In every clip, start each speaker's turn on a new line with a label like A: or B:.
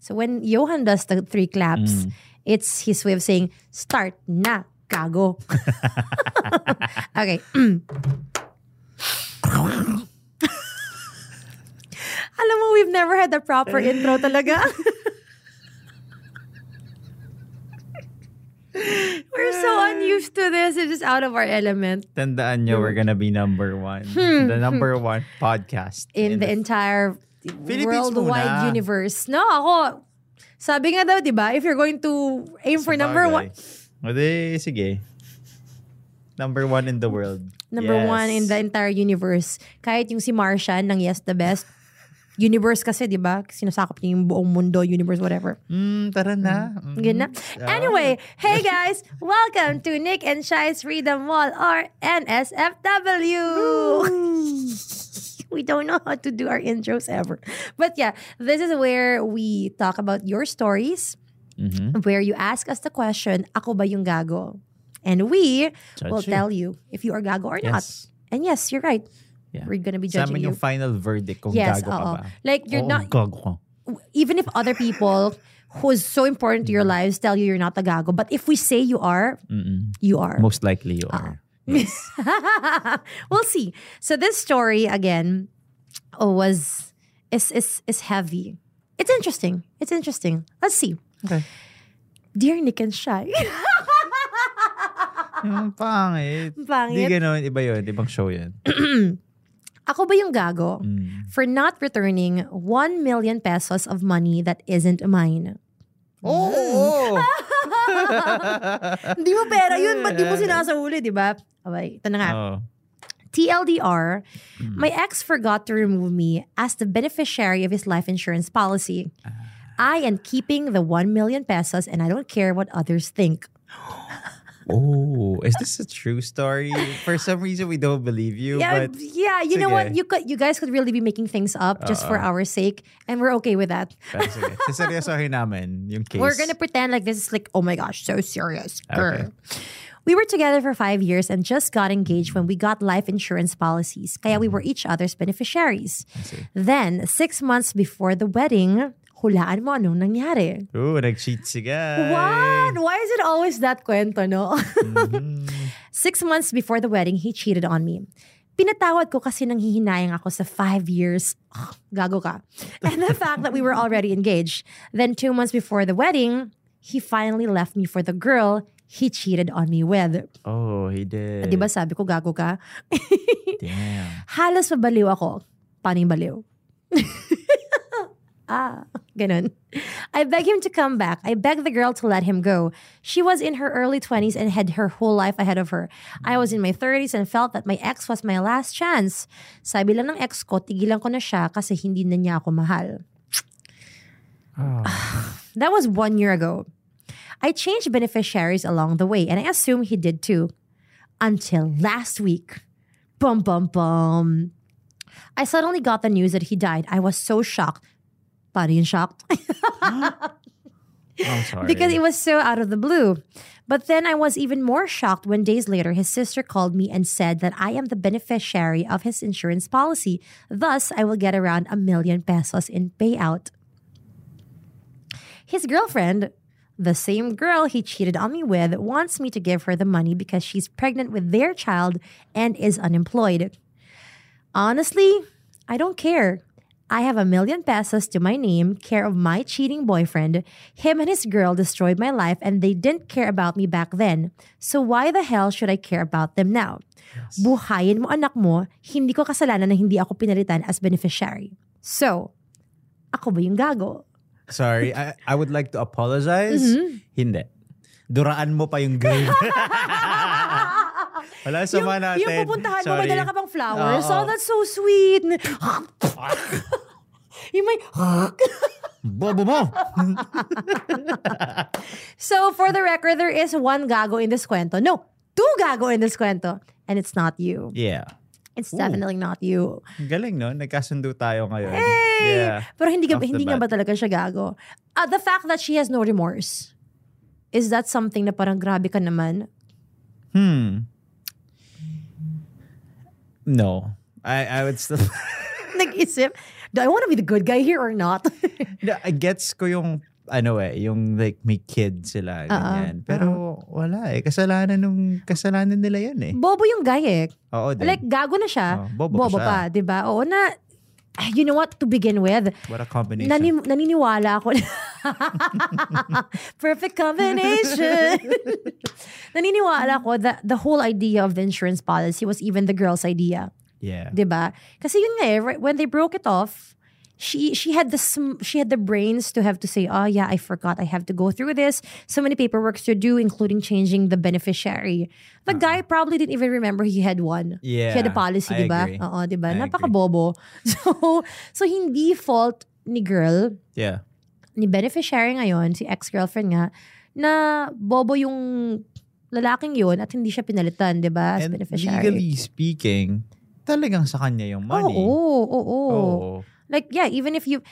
A: So when Johan does the three claps,
B: Mm.
A: it's his way of saying, start na, kago. okay. Alam mo, we've never had a proper intro talaga. We're so unused to this. It's just out of our element
B: Tandaan nyo, we're gonna be number one. the number one podcast.
A: Hmm. in the entire
B: Philippines
A: worldwide
B: muna.
A: universe. No, ako, sabi nga daw, di ba, if you're going to aim for number one,
B: O di, sige. Number one in the world.
A: number
B: Yes.
A: one in the entire universe. Kahit yung si Martian ng Yes the Best, universe kasi, di ba? Sinasakop niya yung buong mundo, universe, whatever.
B: Mm, tara na. Mm.
A: Yun na. Anyway, hey guys, welcome to Nick and Shy's Freedom Wall or NSFW. we don't know how to do our intros ever. But yeah, this is where we talk about your stories,
B: Mhm.
A: where you ask us the question, ako ba yung gago? And we
B: Judge
A: will
B: you.
A: tell you if you are gago or not.
B: Yes.
A: And yes, you're right.
B: Yeah.
A: We're gonna be
B: Sa amin
A: judging you.
B: yung final verdict kung
A: Yes,
B: gago ka
A: oo.
B: ba. Oh.
A: Like you're
B: Oo,
A: not
B: gago ka.
A: even if other people who's so important to your
B: Mm.
A: lives tell you you're not a gago, but if we say you are,
B: Mm-mm.
A: you are.
B: Most likely you are.
A: we'll see. So this story again oh, was is is is heavy. It's interesting. It's interesting. Let's see.
B: Okay.
A: Dear Nick and Shy.
B: Yung pangit. Hindi
A: Pangit.
B: ganun. Iba yun. Ibang show yun.
A: Ako ba yung gago?
B: Mm.
A: For not returning 1 million pesos of money that isn't mine.
B: Oo! Oh,
A: Hindi mo pera yun. Ba't di mo sinasauli, di ba? Okay, ito na nga.
B: Ah.
A: TLDR,
B: Hmm.
A: my ex forgot to remove me as the beneficiary of his life insurance policy.
B: Ah.
A: I am keeping the 1 million pesos and I don't care what others think.
B: Oh, is this a true story? For some reason, we don't believe you,
A: Yeah,
B: but
A: yeah, you know what?
B: sige. Ah.
A: You could you guys could really be making things up just for our sake and we're okay with that.
B: pero Ah, sige. Saseryosohin namin yung case.
A: We're gonna pretend like this is like, oh my gosh, so serious.
B: Okay.
A: Grr. We were together for five years and just got engaged when we got life insurance policies. Kaya we were each other's beneficiaries.
B: Mm-hmm. see.
A: Then, six months before the wedding, hulaan mo anong nangyari.
B: Ooh, nag-cheat si guy.
A: What? Why is it always that kwento, no? Six months before the wedding, he cheated on me. Pinatawad ko kasi nang hihinayang ako sa five years. Ugh, gago ka. And the fact that we were already engaged. Then two months before the wedding, he finally left me for the girl he cheated on me with.
B: Oh, he did.
A: Di ba sabi ko, gago ka?
B: Damn.
A: Halos mabaliw ako. Paano yung baliw? ah, ganun. I beg him to come back. I beg the girl to let him go. She was in her early 20s and had her whole life ahead of her. I was in my 30s and felt that my ex was my last chance. Sabi lang ng ex ko, tigilan ko na siya kasi hindi na niya ako mahal.
B: Oh.
A: That was one year ago. I changed beneficiaries along the way, and I assume he did too. Until last week. Bum, bum, bum. I suddenly got the news that he died. I was so shocked. Body and shocked.
B: Oh, I'm sorry.
A: because it was so out of the blue. But then I was even more shocked when days later his sister called me and said that I am the beneficiary of his insurance policy. Thus, I will get around a million pesos in payout. His girlfriend, the same girl he cheated on me with, wants me to give her the money because she's pregnant with their child and is unemployed. Honestly, I don't care. I have a million pesos to my name, care of my cheating boyfriend. Him and his girl destroyed my life and they didn't care about me back then. So why the hell should I care about them now? Buhayin mo anak mo, hindi ko kasalanan na hindi ako pinalitan as beneficiary. So, ako ba yung gago?
B: Sorry, I, I would like to apologize.
A: Mm-hmm.
B: Hindi. Duraan mo pa yung grade. Wala, sama
A: yung,
B: natin.
A: yung pupuntahan mo, may
B: Sorry.
A: dala ka pang flowers.
B: Oo.
A: Oh, that's so sweet. yung may...
B: Bobo mo!
A: So for the record, there is one gago in this cuento. No, two gago in this cuento. And it's not you.
B: yeah.
A: It's
B: Ooh.
A: definitely not you.
B: Ang Galing, no? Nagkasundo tayo ngayon.
A: Hey!
B: Yeah.
A: Pero hindi, ka,
B: Off the
A: hindi nga
B: bat.
A: ba talaga siya gago? Uh, the fact that she has no remorse, is that something na parang grabe ka naman?
B: Hmm. No. I, I would still...
A: Nag-isip? do I want to be the good guy here or not?
B: Na, I gets ko yung ano eh, yung like may kid sila ganyan. Pero wala eh. Kasalanan nung kasalanan nila yan eh.
A: Bobo yung guy eh.
B: Oo din.
A: Like, gago na siya.
B: Oo, Oh, bobo pa
A: bobo
B: siya.
A: pa, di ba? Oo na, you know what, to begin with,
B: What a combination.
A: nani, naniniwala ako. Perfect combination. naniniwala ako that the whole idea of the insurance policy was even the girl's idea.
B: yeah.
A: Diba? Kasi yun nga eh, right- when they broke it off, she she had the sm- she had the brains to have to say, "Oh yeah, I forgot. I have to go through this. So many paperworks to do including changing the beneficiary." The guy probably didn't even remember he had one.
B: Uh-huh. Yeah,
A: He had a policy,
B: I
A: diba?
B: agree.
A: Oo, diba?
B: I agree.
A: Napaka-bobo. So so hindi fault ni girl
B: Yeah.
A: ni beneficiary ngayon, si ex-girlfriend nga, na bobo yung lalaking yun at hindi siya pinalitan, di ba? As
B: And
A: beneficiary.
B: legally speaking, talagang sa kanya yung money.
A: Oo, oo, oo.
B: Oo.
A: Like, yeah, even if you...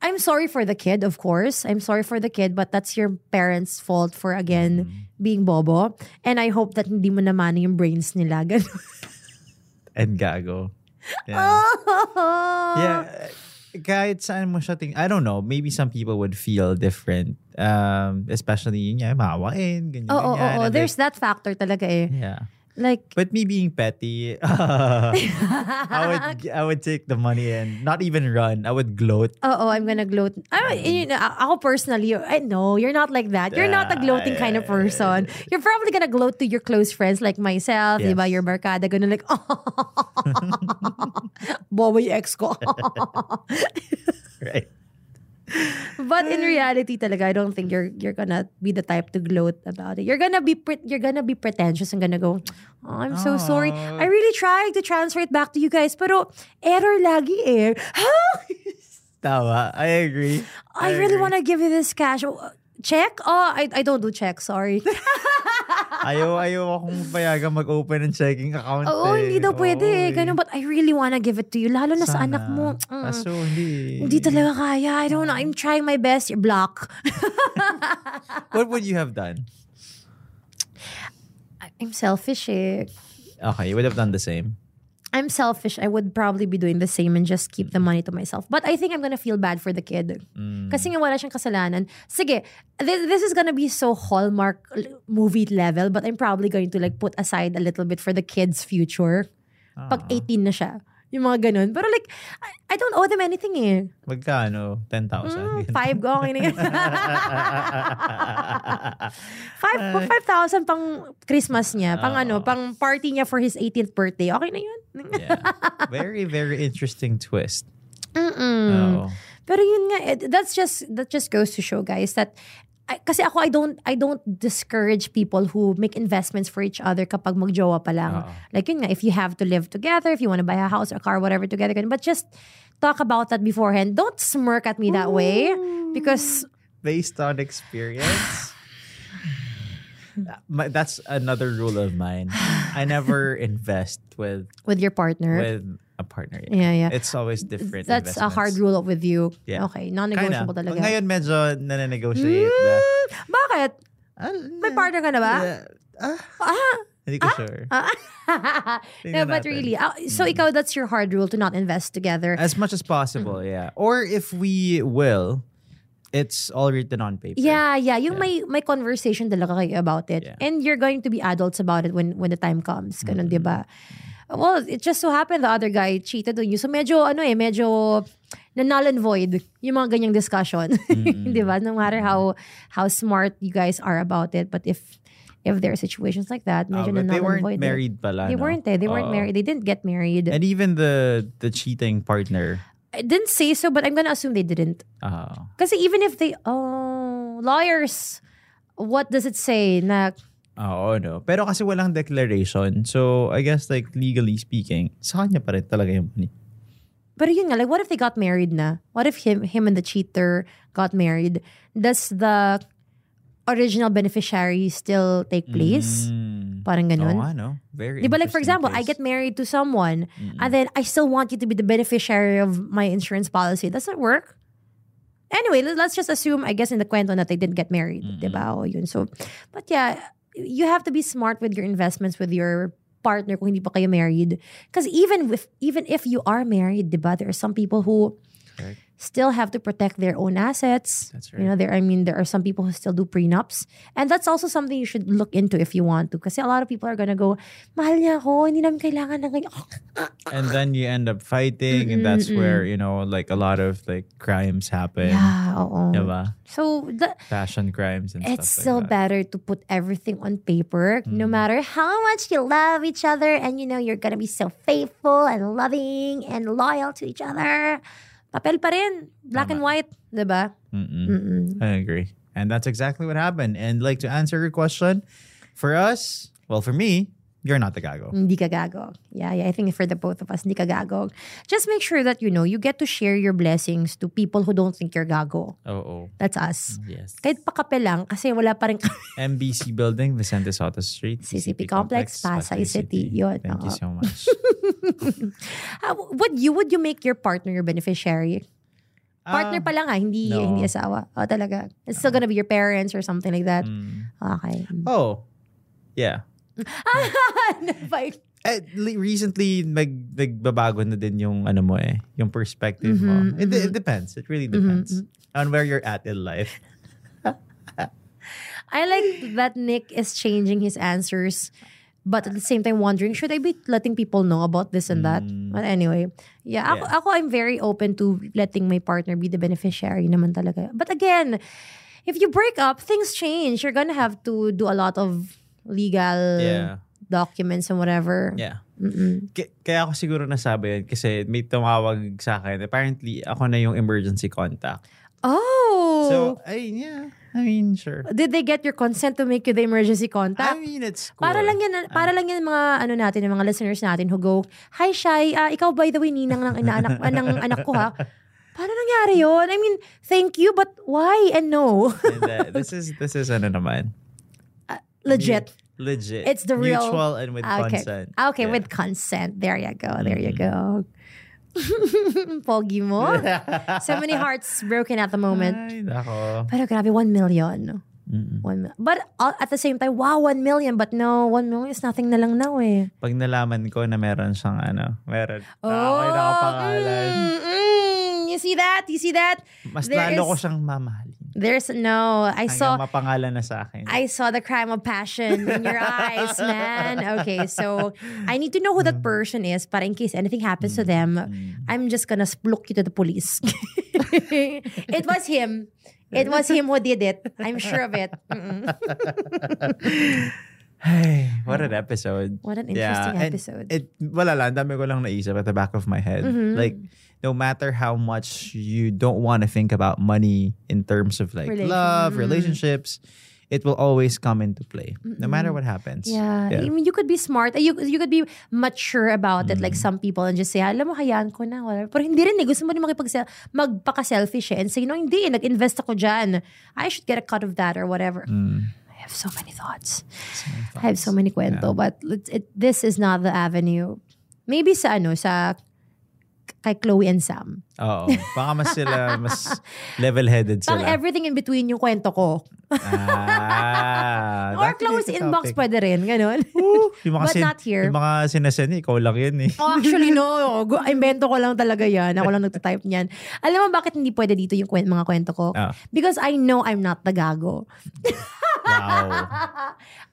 A: I'm sorry for the kid, of course. I'm sorry for the kid, but that's your parents' fault for, again,
B: Mm. Mm-hmm.
A: being bobo. And I hope that hindi mo naman yung brains nila. Ganun.
B: And gago. Yeah. yeah. Kahit saan mo siya ting I don't know, maybe some people would feel different. Um, especially yun nga, mahawain, ganyan,
A: Oo, oo,
B: ganyan.
A: oo.
B: And
A: There's that factor talaga eh.
B: like, yeah.
A: Like,
B: But me being petty, I would I would take the money and not even run. I would gloat.
A: Oo, I'm gonna gloat. I,
B: Mm.
A: you know, a- ako personally, I know, you're not like that. You're not a gloating kind of person. You're probably gonna gloat to your close friends like myself, di
B: Yes.
A: ba? Your barkada, ganun like, bobo yung ex ko.
B: Right.
A: But in reality talaga, I don't think you're you're gonna be the type to gloat about it. You're gonna be pre- you're gonna be pretentious and gonna go, oh, I'm so sorry.
B: Aw.
A: I really tried to transfer it back to you guys, pero error lagi eh.
B: Tama. I agree.
A: I, really
B: agree.
A: want to give you this cash. Oh, Check? Oh, I, I don't do check, sorry.
B: Ayaw, ayaw akong payagan mag-open ng checking account.
A: Oo,
B: eh.
A: hindi daw pwede
B: Oo,
A: eh.
B: eh.
A: Ganun, but I really want to give it to you. Lalo na sa
B: Sana.
A: anak mo. Mm,
B: Kaso Mm. hindi.
A: hindi talaga kaya. I don't know. I'm trying my best. You're block.
B: What would you have done?
A: I'm selfish eh.
B: Okay, you would have done the same.
A: I'm selfish. I would probably be doing the same and just keep the money to myself. But I think I'm gonna feel bad for the kid. Kasi nga wala siyang kasalanan. Sige, this, this is gonna be so Hallmark l- movie level, but I'm probably going to like put aside a little bit for the kid's future. Pag 18 na siya. Yung mga ganun. Pero like, I, I don't owe them anything eh.
B: Magkano? 10,000.
A: Mm, five, okay na yun. five, five thousand pang Christmas niya. Pang ano, pang party niya for his 18th birthday. Okay na yun.
B: yeah. Very, very interesting twist.
A: Mm-mm.
B: Oo.
A: Pero yun nga, it- that's just that just goes to show guys that I, kasi ako I don't I don't discourage people who make investments for each other kapag magjowa pa lang.
B: Oo.
A: Like yun nga, if you have to live together, if you want to buy a house, a car, whatever together, ganun. but just talk about that beforehand. Don't smirk at me that way because
B: Based on experience. My, that's another rule of mine. I never invest with
A: with your partner.
B: with a partner.
A: yeah, yeah.
B: It's always different.
A: That's a hard
B: investments.
A: rule with you.
B: Yeah.
A: Okay,
B: Kinda.
A: non-negotiable talaga.
B: Ngayon medyo nananegotiate na. Ah,
A: Mm, bakit? May partner ka na ba?
B: Yeah. Ah,
A: Ah,
B: hindi ko sure.
A: no,
B: Tingnan
A: but
B: natin. Mm.
A: really, ah, so ikaw, that's your hard rule to not invest together.
B: As much as possible,
A: Mm-hmm.
B: yeah. Or if we will, it's all written on paper.
A: Yeah, yeah. Yung may may conversation talaga kayo about it.
B: Yeah.
A: And you're going to be adults about it when when the time comes. Ganun, di ba?
B: Mm-hmm.
A: Well, it just so happened the other guy cheated on you. So medyo, ano eh, medyo na null and void yung mga ganyang discussion.
B: Mm-hmm.
A: di ba? No matter how how smart you guys are about it. But if if there are situations like that,
B: Ah,
A: medyo na
B: but they
A: null and
B: weren't
A: void.
B: married pala.
A: They
B: no?
A: weren't eh. They weren't
B: Oo.
A: married. They didn't get married.
B: And even the the cheating partner.
A: I didn't say so, but I'm gonna assume they didn't.
B: Uh,
A: Kasi even if they, oh, lawyers, what does it say na
B: Oo, no. Pero kasi walang declaration. So, I guess like legally speaking, sa kanya pa rin talaga yung money.
A: Pero yun nga, like, what if they got married na? What if him, him and the cheater got married? Does the original beneficiary still take place?
B: Mm.
A: Parang ganun.
B: Oo nga, no? Very
A: Di ba, like, for
B: interesting
A: example, I get
B: case.
A: married to someone and then I still want you to be the beneficiary of my insurance policy. Does that work? Anyway, let- let's just assume, I guess, in the kwento that they didn't get married. Di ba? O yun. So, but yeah, you have to be smart with your investments with your partner kung hindi pa kayo married. Because even if, even if you are married, di ba, there are some people who
B: correct.
A: still have to protect their own assets.
B: That's
A: You know,
B: right.
A: there I mean there are some people who still do prenups. And that's also something you should look into if you want to. Kasi a lot of people are gonna go, mahal niya ako, hindi namin kailangan ng ganyan."
B: And then you end up fighting, and that's
A: Mm-mm-mm.
B: where you know, like a lot of like crimes happen.
A: Yeah, oo.
B: Diba?
A: So the,
B: Passion crimes and
A: it's
B: stuff
A: still
B: like that.
A: better to put everything on paper no
B: Mm.
A: matter how much you love each other and you know you're gonna be so faithful and loving and loyal to each other papel pa rin black and
B: Tama. Mm.
A: white diba
B: Mm-mm.
A: Mm-mm.
B: I agree. And that's exactly what happened. And like to answer your question, for us, well, for me, you're not the gago.
A: hindi ka gagawin. yeah yeah I think for the both of us hindi ka gagawin. just make sure that you know you get to share your blessings to people who don't think you're gago
B: Oh, oh.
A: that's us
B: Yes.
A: kahit pa kape lang kasi wala pa rin
B: MBC building, Vicente Soto Street.
A: CCP Complex, Pasay City. Yun,
B: Thank you
A: oo.
B: so much.
A: How- would you would you make your partner your beneficiary Partner
B: Ah,
A: pa lang ah, hindi,
B: no.
A: hindi asawa. Oh, talaga. It's still gonna be your parents or something like that. Ah,
B: mm.
A: Okay.
B: Oh, yeah.
A: Like,
B: Eh, li- recently, nag, nagbabago na din yung ano mo eh, yung perspective mo.
A: Mhm,
B: It, it depends. It really
A: Mm-hmm,
B: depends on where you're at in life.
A: I like that Nick is changing his answers, but at the same time wondering, should I be letting people know about this and that?
B: Mm.
A: But anyway, yeah, ako,
B: Yeah.
A: ako, I'm very open to letting my partner be the beneficiary naman talaga. But again, if you break up, things change. You're gonna have to do a lot of legal
B: Yeah.
A: documents and whatever.
B: Yeah.
A: Mm-mm.
B: K- kaya ako siguro nasabi yan kasi may tumawag sa akin. Apparently, ako na yung emergency contact.
A: Oh!
B: So, ay, yeah. I mean, sure.
A: Did they get your consent to make you the emergency
B: I
A: contact?
B: mean, it's cool.
A: para lang
B: Ah.
A: yan, para lang yan mga ano natin, yung mga listeners natin who go, Hi Shai, ah, ikaw by the way, ninang ng inaanak, ah, ng anak ko ha. Paano nangyari yon? I mean, thank you, but why and no?
B: And, uh, this is, this is ano naman.
A: Legit.
B: Legit.
A: It's the real-
B: Mutual and with
A: Ah, okay.
B: consent.
A: Ah, Okay,
B: Yeah. Mm-hmm.
A: with consent. There you go, there you go. Pogi mo. so many hearts broken at the moment.
B: Ay, nako.
A: Pero grabe, 1 million.
B: Mm-mm.
A: One, mil- but uh, at the same time, wow, 1 million. But no, 1 million is nothing na lang now eh.
B: Pag nalaman ko na meron siyang ano, meron. Ah, may nakapangalan.
A: mm, mm. Oh, you see that? You see that?
B: Mas
A: There
B: lalo
A: is-
B: ko siyang mamahalin.
A: There's no. I
B: Hanggang
A: saw.
B: mapangalan na sa akin.
A: I saw the crime of passion in your eyes, man. Okay, so I need to know who that person is, but in case anything happens to them,
B: Mm.
A: I'm just gonna splook you to the police. it was him. It was him who did it. I'm sure of it. Mm-mm.
B: Ay, what an episode.
A: What an
B: Yeah,
A: interesting
B: and
A: episode.
B: It, wala lang, dami ko lang naisip at the back of my head.
A: Mhm.
B: Like, no matter how much you don't want to think about money in terms of like
A: Relation- Mm.
B: love, relationships, it will always come into play.
A: Mm-mm.
B: No matter what happens.
A: Yeah. I
B: Yeah.
A: mean, you could be smart. You, you could be mature about it
B: Mm.
A: like some people and just say, alam mo, hayaan ko na. Whatever. Pero hindi rin eh. Gusto mo rin makipagse- magpaka-selfish eh. And say, no, hindi eh. Nag-invest ako dyan. I should get a cut of that or whatever.
B: Mm.
A: I have so many thoughts.
B: So many
A: I have so
B: thoughts.
A: many kwento.
B: Yeah.
A: But let's- it, this is not the avenue. Maybe sa ano, sa kay Chloe and Sam.
B: Oo. Baka mas sila, mas level-headed
A: Pang
B: sila.
A: everything in between yung kwento ko.
B: ah,
A: Or
B: that could be
A: Chloe's
B: the
A: inbox
B: topic.
A: pwede rin. Ganon.
B: Yung mga
A: But
B: sin-
A: not here.
B: Yung mga sinasend, ikaw lang yun eh.
A: Oh, actually, no. Gu- Invento ko lang talaga yan. Ako lang nagtatype niyan. Alam mo bakit hindi pwede dito yung kwen- mga kwento ko?
B: Ah.
A: Because I know I'm not the gago.
B: Wow.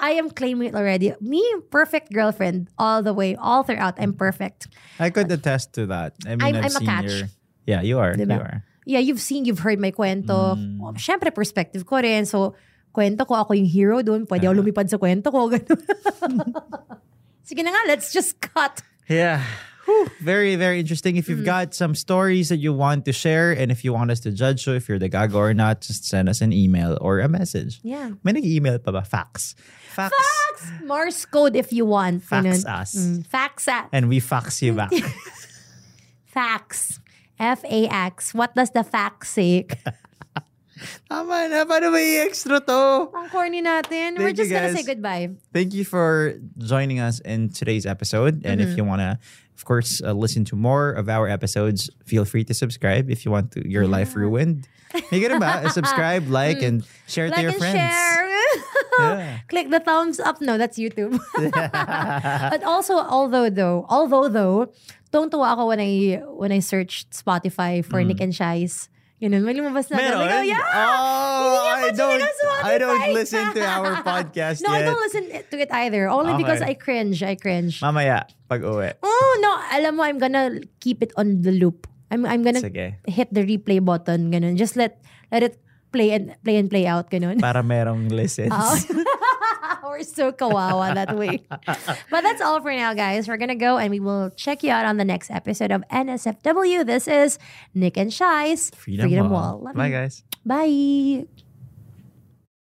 A: I am claiming it already. Me, perfect girlfriend all the way, all throughout. I'm perfect.
B: I could attest to that. I mean,
A: I'm-
B: I've
A: I'm a
B: seen
A: catch.
B: your- Yeah, you are.
A: Diba?
B: You are.
A: Yeah, you've seen, you've heard my kwento.
B: Mm.
A: Oh, Siyempre, perspective ko rin. So, kwento ko, ako yung hero doon. Pwede ako lumipad sa kwento ko. Ganun. Sige na nga, let's just cut.
B: Yeah. Whew. Very, very interesting. If
A: Mm.
B: you've got some stories that you want to share and if you want us to judge you, if you're the gago or not, just send us an email or a message.
A: Yeah.
B: May nag-email pa ba? Fax. Fax.
A: Morse code if you want.
B: Fax
A: Ganun.
B: us.
A: Mm, fax us.
B: And we fax you back.
A: Fax. F-A-X. What does the fax say?
B: Tama na. Paano ba i-extra to?
A: Ang corny natin.
B: Thank
A: We're just
B: you,
A: gonna
B: guys.
A: say goodbye.
B: Thank you for joining us in today's episode. And
A: Mm-hmm.
B: if you want to, of course, uh, listen to more of our episodes, feel free to subscribe if you want to, your life ruined. Make it about subscribe, like, and share it
A: Mm.
B: to
A: Like
B: your
A: and
B: friends.
A: share.
B: Yeah.
A: Click the thumbs up. No, that's YouTube. but also, although though, although though, tuwang-tuwa ako when I when I searched Spotify for
B: Mm.
A: Nick and Shy's. Ganun, may lumabas na.
B: Meron?
A: Like, oh, yeah!
B: Oh,
A: Hindi ako
B: I don't,
A: sinaswati
B: I don't
A: pa.
B: listen to our podcast
A: No, I
B: yet.
A: don't listen to it either. Only
B: Okay.
A: because I cringe. I cringe.
B: Mamaya, pag uwi.
A: oh, no. Alam mo, I'm gonna keep it on the loop. I'm, I'm gonna
B: Sige.
A: hit the replay button. Ganun. Just let let it play and play and play out. Ganun.
B: Para merong listens.
A: Oh. We're so kawawa that way. but that's all for now, guys. We're going to go and we will check you out on the next episode of NSFW. This is Nick and Shy's Freedom, Wall. Love
B: Bye,
A: you.
B: guys.
A: Bye.